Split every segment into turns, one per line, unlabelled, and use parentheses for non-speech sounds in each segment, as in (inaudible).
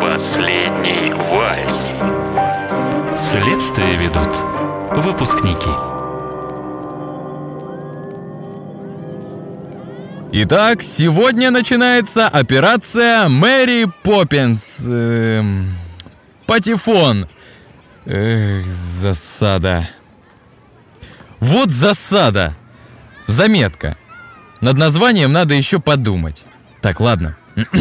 Последний вальс.
Следствие ведут выпускники.
Итак, сегодня начинается операция Мэри Поппинс. Эм, патефон. Эх, засада. Вот засада. Заметка. Над названием надо еще подумать. Так, ладно. (clears throat)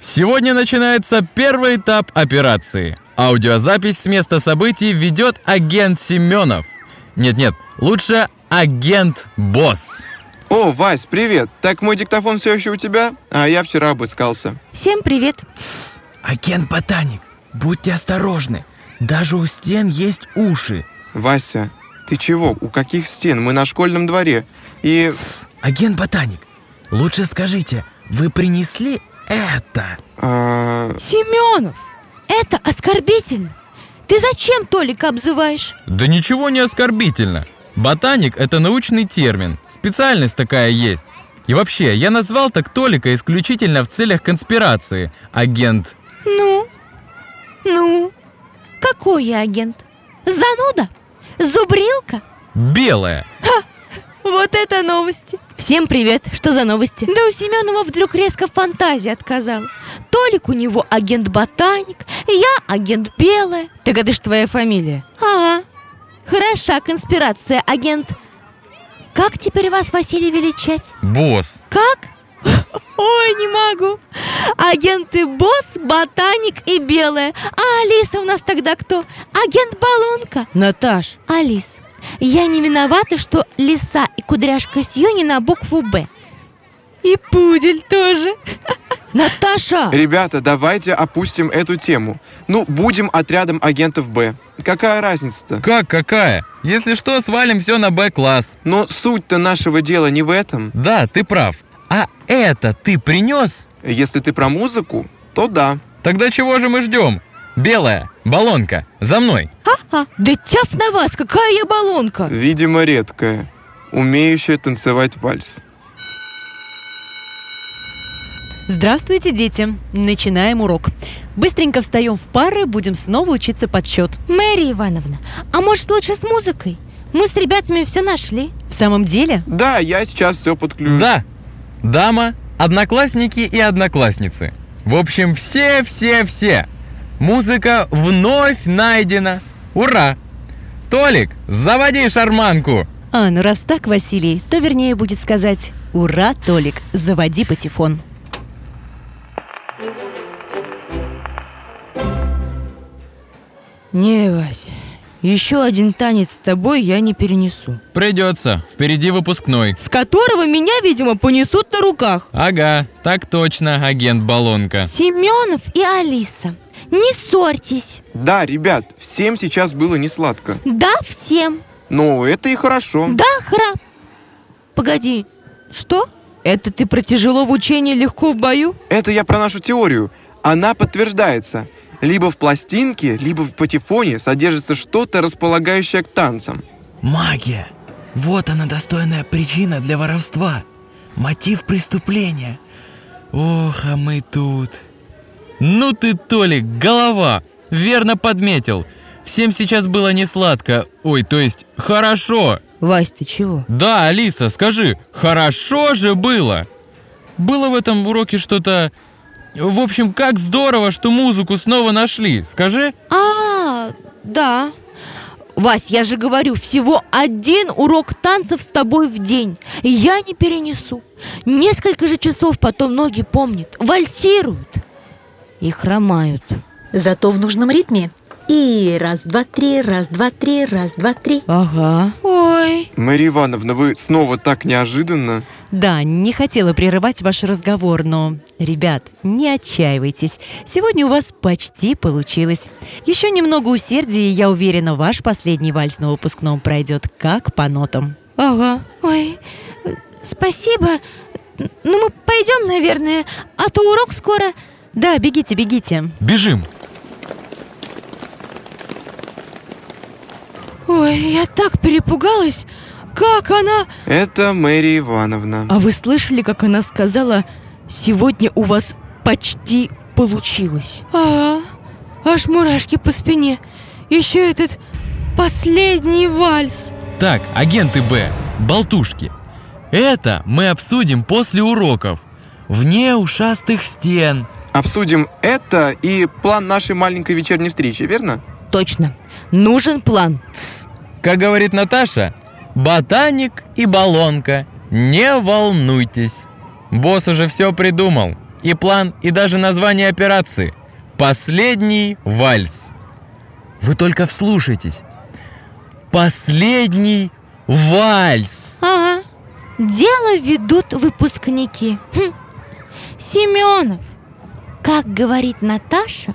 Сегодня начинается первый этап операции. Аудиозапись с места событий ведет агент Семенов. Нет-нет, лучше агент Босс.
О, Вась, привет. Так мой диктофон все еще у тебя? А я вчера обыскался.
Всем привет!
Агент Ботаник, будьте осторожны. Даже у стен есть уши.
Вася, ты чего? У каких стен? Мы на школьном дворе. И...
Агент Ботаник, лучше скажите, вы принесли это?
а,
Семенов! Это оскорбительно! Ты зачем Толика обзываешь?
Да ничего не оскорбительно. Ботаник – это научный термин. Специальность такая есть. И вообще, я назвал так Толика исключительно в целях конспирации. Агент.
Ну? Ну? Какой я агент? Зануда? Зубрилка?
Белая.
Вот это новости! Всем привет! Что за новости? Да у Семенова вдруг резко фантазия отказала. Толик у него агент-ботаник, я агент белая.
Так это ж твоя фамилия.
Ага. Хороша конспирация, агент. Как теперь вас, Василий, величать?
Босс.
Как? Ой, не могу. Агенты Босс, Ботаник и Белая. А Алиса у нас тогда кто? Агент Балонка.
Наташ,
Алис, я не виновата, что лиса и кудряшка Сью не на букву «Б». И пудель тоже.
Наташа!
Ребята, давайте опустим эту тему. Ну, будем отрядом агентов Б. Какая разница-то?
Как какая? Если что, свалим все на Б-класс.
Но суть-то нашего дела не в этом.
Да, ты прав. А это ты принес?
Если ты про музыку, то да.
Тогда чего же мы ждем? Белая, баллонка, за мной.
Ага.
Да тяф на вас, какая я баллонка!
Видимо, редкая. Умеющая танцевать вальс.
Здравствуйте, дети! Начинаем урок. Быстренько встаем в пары, будем снова учиться подсчет.
Мэри Ивановна, а может лучше с музыкой? Мы с ребятами все нашли.
В самом деле,
Да, я сейчас все подключу.
Да, дама, одноклассники и одноклассницы. В общем, все-все-все. Музыка вновь найдена. Ура! Толик, заводи шарманку.
а, ну раз так, Василий, то вернее будет сказать «Ура, Толик, заводи патефон».
Не, Вась, еще один танец с тобой я не перенесу.
Придется, впереди выпускной.
С которого меня, видимо, понесут на руках.
Ага, так точно, агент Балонка.
Семенов и Алиса, не ссорьтесь.
Да, ребят, всем сейчас было не сладко.
Да всем,
Но это и хорошо.
да храп. Погоди, что?
Это ты про тяжело в учении, легко в бою?
Это я про нашу теорию. Она подтверждается. Либо в пластинке, либо в патефоне содержится что-то, располагающее к танцам.
Магия. Вот она достойная причина для воровства. Мотив преступления. Ох, а мы тут.
Ну ты, Толик, голова! Верно подметил. Всем сейчас было не сладко. Ой, то есть, хорошо.
Вась, ты чего?
Да, Алиса, скажи, хорошо же было? Было в этом уроке что-то... В общем, как здорово, что музыку снова нашли. Скажи?
А, да. Вась, я же говорю, всего один урок танцев с тобой в день. Я не перенесу. Несколько же часов потом ноги помнят, вальсируют и хромают.
Зато в нужном ритме. И раз, два, три, раз, два, три, раз, два, три.
Ага.
Ой,
Мария Ивановна, вы снова так неожиданно.
Да, не хотела прерывать ваш разговор, но, ребят, не отчаивайтесь. Сегодня у вас почти получилось. Еще немного усердия, и я уверена, ваш последний вальс на выпускном пройдет как по нотам.
Ага.
ой, э, спасибо. Ну мы пойдем, наверное, а то урок скоро.
Да, бегите, бегите.
Бежим.
Ой, я так перепугалась. Как она...
Это Мария Ивановна.
А вы слышали, как она сказала, сегодня у вас почти
получилось. Ага, аж мурашки по спине. Еще этот последний вальс.
Так, агенты Б, болтушки. Это мы обсудим после уроков. Вне ушастых стен.
Обсудим это и план нашей маленькой вечерней встречи, верно?
Точно. Нужен план.
Как говорит Наташа, ботаник и баллонка. Не волнуйтесь. Босс уже все придумал. И план, и даже название операции. Последний вальс. Вы только вслушайтесь. Последний вальс.
Ага. Дело ведут выпускники. Хм. Семенов, как говорит Наташа,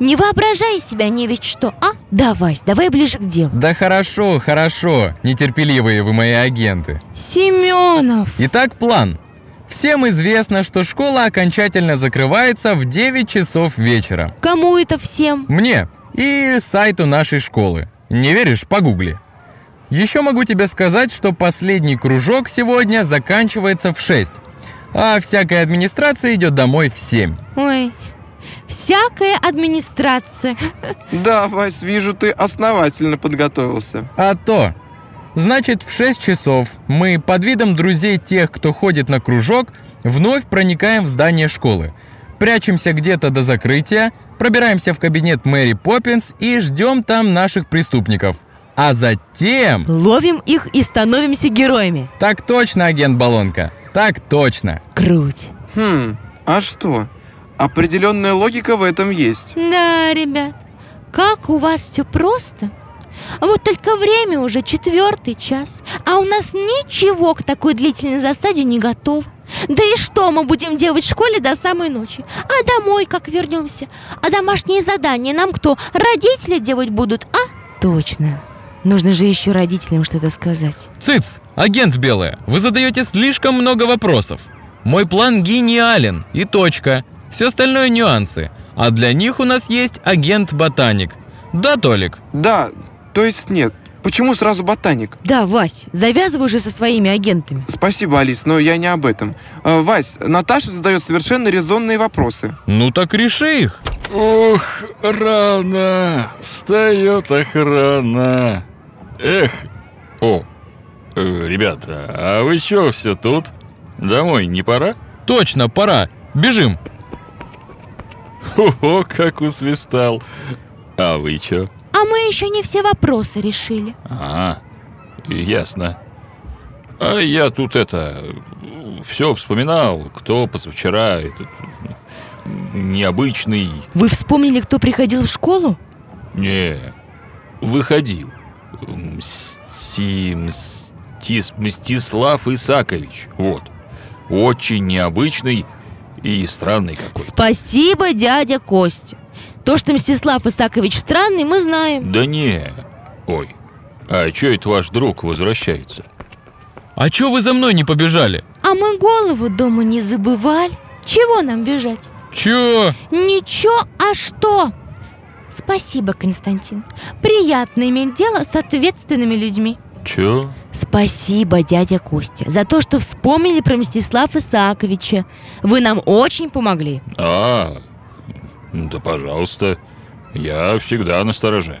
не воображай себя не ведь что, а? Давай, давай ближе к делу.
Да хорошо, хорошо, нетерпеливые вы мои агенты.
Семенов,
Итак, план. Всем известно, что школа окончательно закрывается в 9 часов вечера.
кому это всем?
Мне и сайту нашей школы. Не веришь? Погугли. Еще могу тебе сказать, что последний кружок сегодня заканчивается в 6, а всякая администрация идет домой в 7.
Ой, всякая администрация.
Да, Вась, вижу, ты основательно подготовился.
А то. Значит, в 6 часов мы под видом друзей тех, кто ходит на кружок, вновь проникаем в здание школы. Прячемся где-то до закрытия, пробираемся в кабинет Мэри Поппинс и ждем там наших преступников. А затем...
Ловим их и становимся героями.
Так точно, агент Балонка. Так точно.
Круть.
Хм, а что? Определенная логика в этом есть.
Да, ребят, как у вас все просто. А Вот только время уже четвертый час, а у нас ничего к такой длительной засаде не готово. Да и что мы будем делать в школе до самой ночи? А домой как вернемся? А домашние задания нам кто? Родители делать будут, а?
Точно. Нужно же еще родителям что-то сказать.
Циц, агент Белая, вы задаете слишком много вопросов. Мой план гениален и точка. Все остальное нюансы. А для них у нас есть агент-ботаник. Да, Толик?
Да, то есть нет. Почему сразу ботаник?
Да, Вась, завязывай уже со своими агентами.
Спасибо, Алис, но я не об этом. Э, Вась, Наташа задает совершенно резонные вопросы.
Ну так реши их.
Ох, рано! Встает охрана! Эх! О! э, ребята, а вы чё все тут? Домой не пора?
Точно, пора. Бежим.
Ого, как усвистал! А вы чё?
А мы еще не все вопросы решили.
А, ясно. А я тут это... Все вспоминал, кто позавчера этот... м, Необычный...
Вы вспомнили, кто приходил в школу?
Не, выходил. Мсти... Мстис... Мстислав Исакович. Вот. Очень необычный и странный какой.
Спасибо, дядя Костя. То, что Мстислав Исакович странный, мы знаем.
Да не. Ой. А чё это ваш друг возвращается?
А чё вы за мной не побежали?
А мы голову дома не забывали. Чего нам бежать?
Чё?
Ничего, а что? Спасибо, Константин. Приятно иметь дело с ответственными людьми.
Чё?
Спасибо, дядя Костя, за то, что вспомнили про Мстислава Исааковича. Вы нам очень помогли.
А, да пожалуйста. Я всегда на стороже.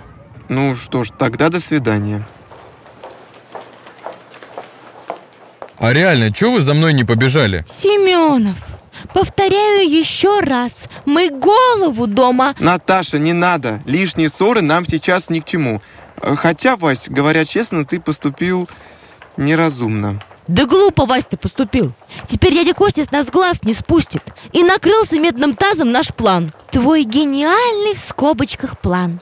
Ну что ж, тогда до свидания.
А реально, чё вы за мной не побежали?
Семенов, повторяю еще раз, мы голову дома...
Наташа, не надо. Лишние ссоры нам сейчас ни к чему. Э, Хотя, Вась, говоря честно, ты поступил неразумно.
Да глупо Вась-то поступил. Теперь дядя Костя с нас глаз не спустит. И накрылся медным тазом наш план. Твой гениальный в скобочках план.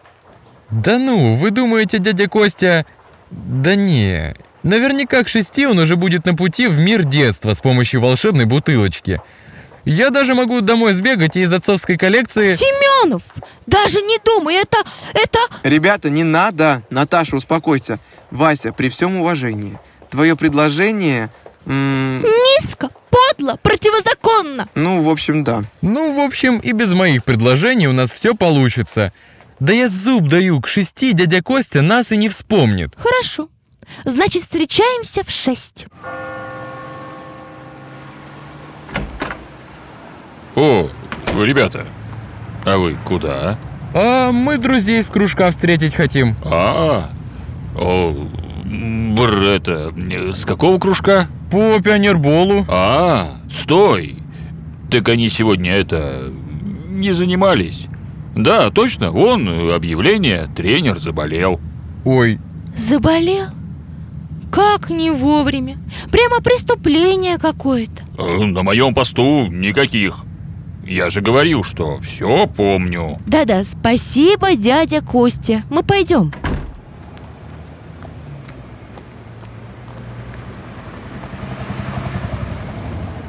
Да ну, вы думаете, дядя Костя... Да не. Наверняка к шести он уже будет на пути в мир детства с помощью волшебной бутылочки. Я даже могу домой сбегать и из отцовской коллекции...
Семенов, даже не думай, это, это...
Ребята, не надо. Наташа, успокойся. Вася, при всем уважении, твое предложение... м,
Низко, подло, противозаконно.
ну, в общем, да.
Ну, в общем, и без моих предложений у нас все получится. Да я зуб даю, к шести дядя Костя нас и не вспомнит.
Хорошо. Значит, встречаемся в шесть.
О, Ребята, а вы куда?
А мы друзей из кружка встретить хотим.
А, о, бр, это, э, с какого кружка?
По пионерболу.
А, стой! Так они сегодня это не занимались. Да, точно, вон э, объявление, тренер заболел.
Ой,
Заболел? Как не вовремя? Прямо преступление какое-то.
Э, На моем посту никаких. Я же говорил, что все помню.
Да-да, спасибо, дядя Костя. Мы пойдем.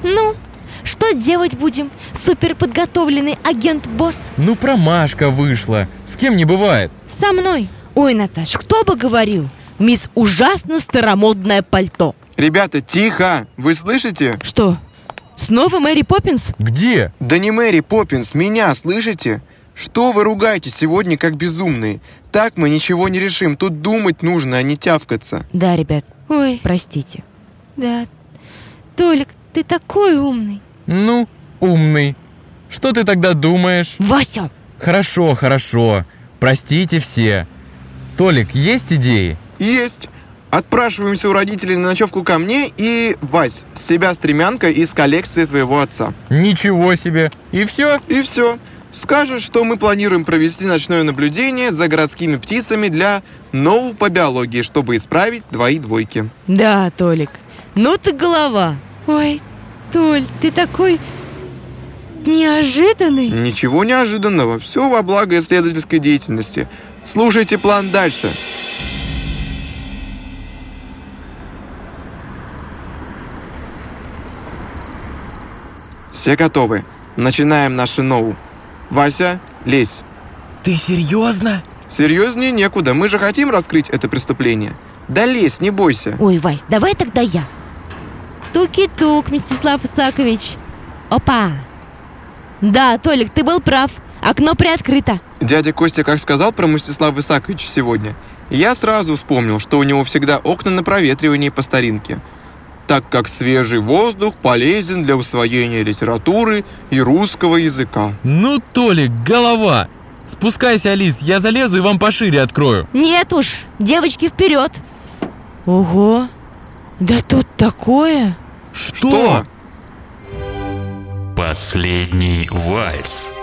Ну, что делать будем, суперподготовленный агент-босс?
ну промашка вышла. С кем не бывает.
Со мной.
Ой, Наташ, кто бы говорил? Мисс ужасно старомодное пальто.
Ребята, тихо! Вы слышите?
Что? Снова Мэри Поппинс?
Где?
Да не Мэри Поппинс, меня слышите? Что вы ругаете сегодня как безумные? Так мы ничего не решим, тут думать нужно, а не тявкаться.
Да, ребят,
Ой,
простите.
да. Толик, ты такой умный.
Ну, умный. Что ты тогда думаешь?
Вася!
Хорошо, хорошо. Простите все. Толик, есть идеи?
Есть! Отпрашиваемся у родителей на ночевку ко мне и... Вась, с себя стремянка из коллекции твоего отца.
Ничего себе. И все?
И все. Скажешь, что мы планируем провести ночное наблюдение за городскими птицами для нового по биологии, чтобы исправить двои двойки.
Да, Толик, ну ты голова.
Ой, Толь, ты такой неожиданный.
Ничего неожиданного, все во благо исследовательской деятельности. Слушайте план дальше. Все готовы. Начинаем наше ноу. Вася, лезь.
Ты серьезно?
Серьезнее некуда, мы же хотим раскрыть это преступление. Да лезь, не бойся.
Ой, Вась, давай тогда я. Туки-тук, Мстислав Исакович. Опа. Да, Толик, ты был прав. Окно приоткрыто.
Дядя Костя как сказал про Мстислава Исаковича сегодня, я сразу вспомнил, что у него всегда окна на проветривании по старинке, так как свежий воздух полезен для усвоения литературы и русского языка.
Ну, Толик, голова. Спускайся, Алис, я залезу и вам пошире открою.
Нет уж, девочки, вперед.
Ого! Да тут такое!
Что?
Последний вальс.